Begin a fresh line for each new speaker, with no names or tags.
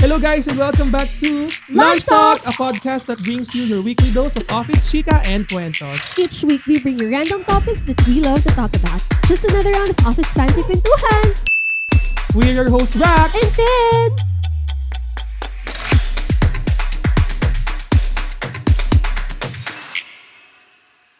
Hello guys and welcome back to
Lunch Talk!
a podcast that brings you your weekly dose of office chica and cuentos.
Each week, we bring you random topics that we love to talk about. Just another round of Office Fancy Pintuhan!
We're your hosts, Rax
And Ted!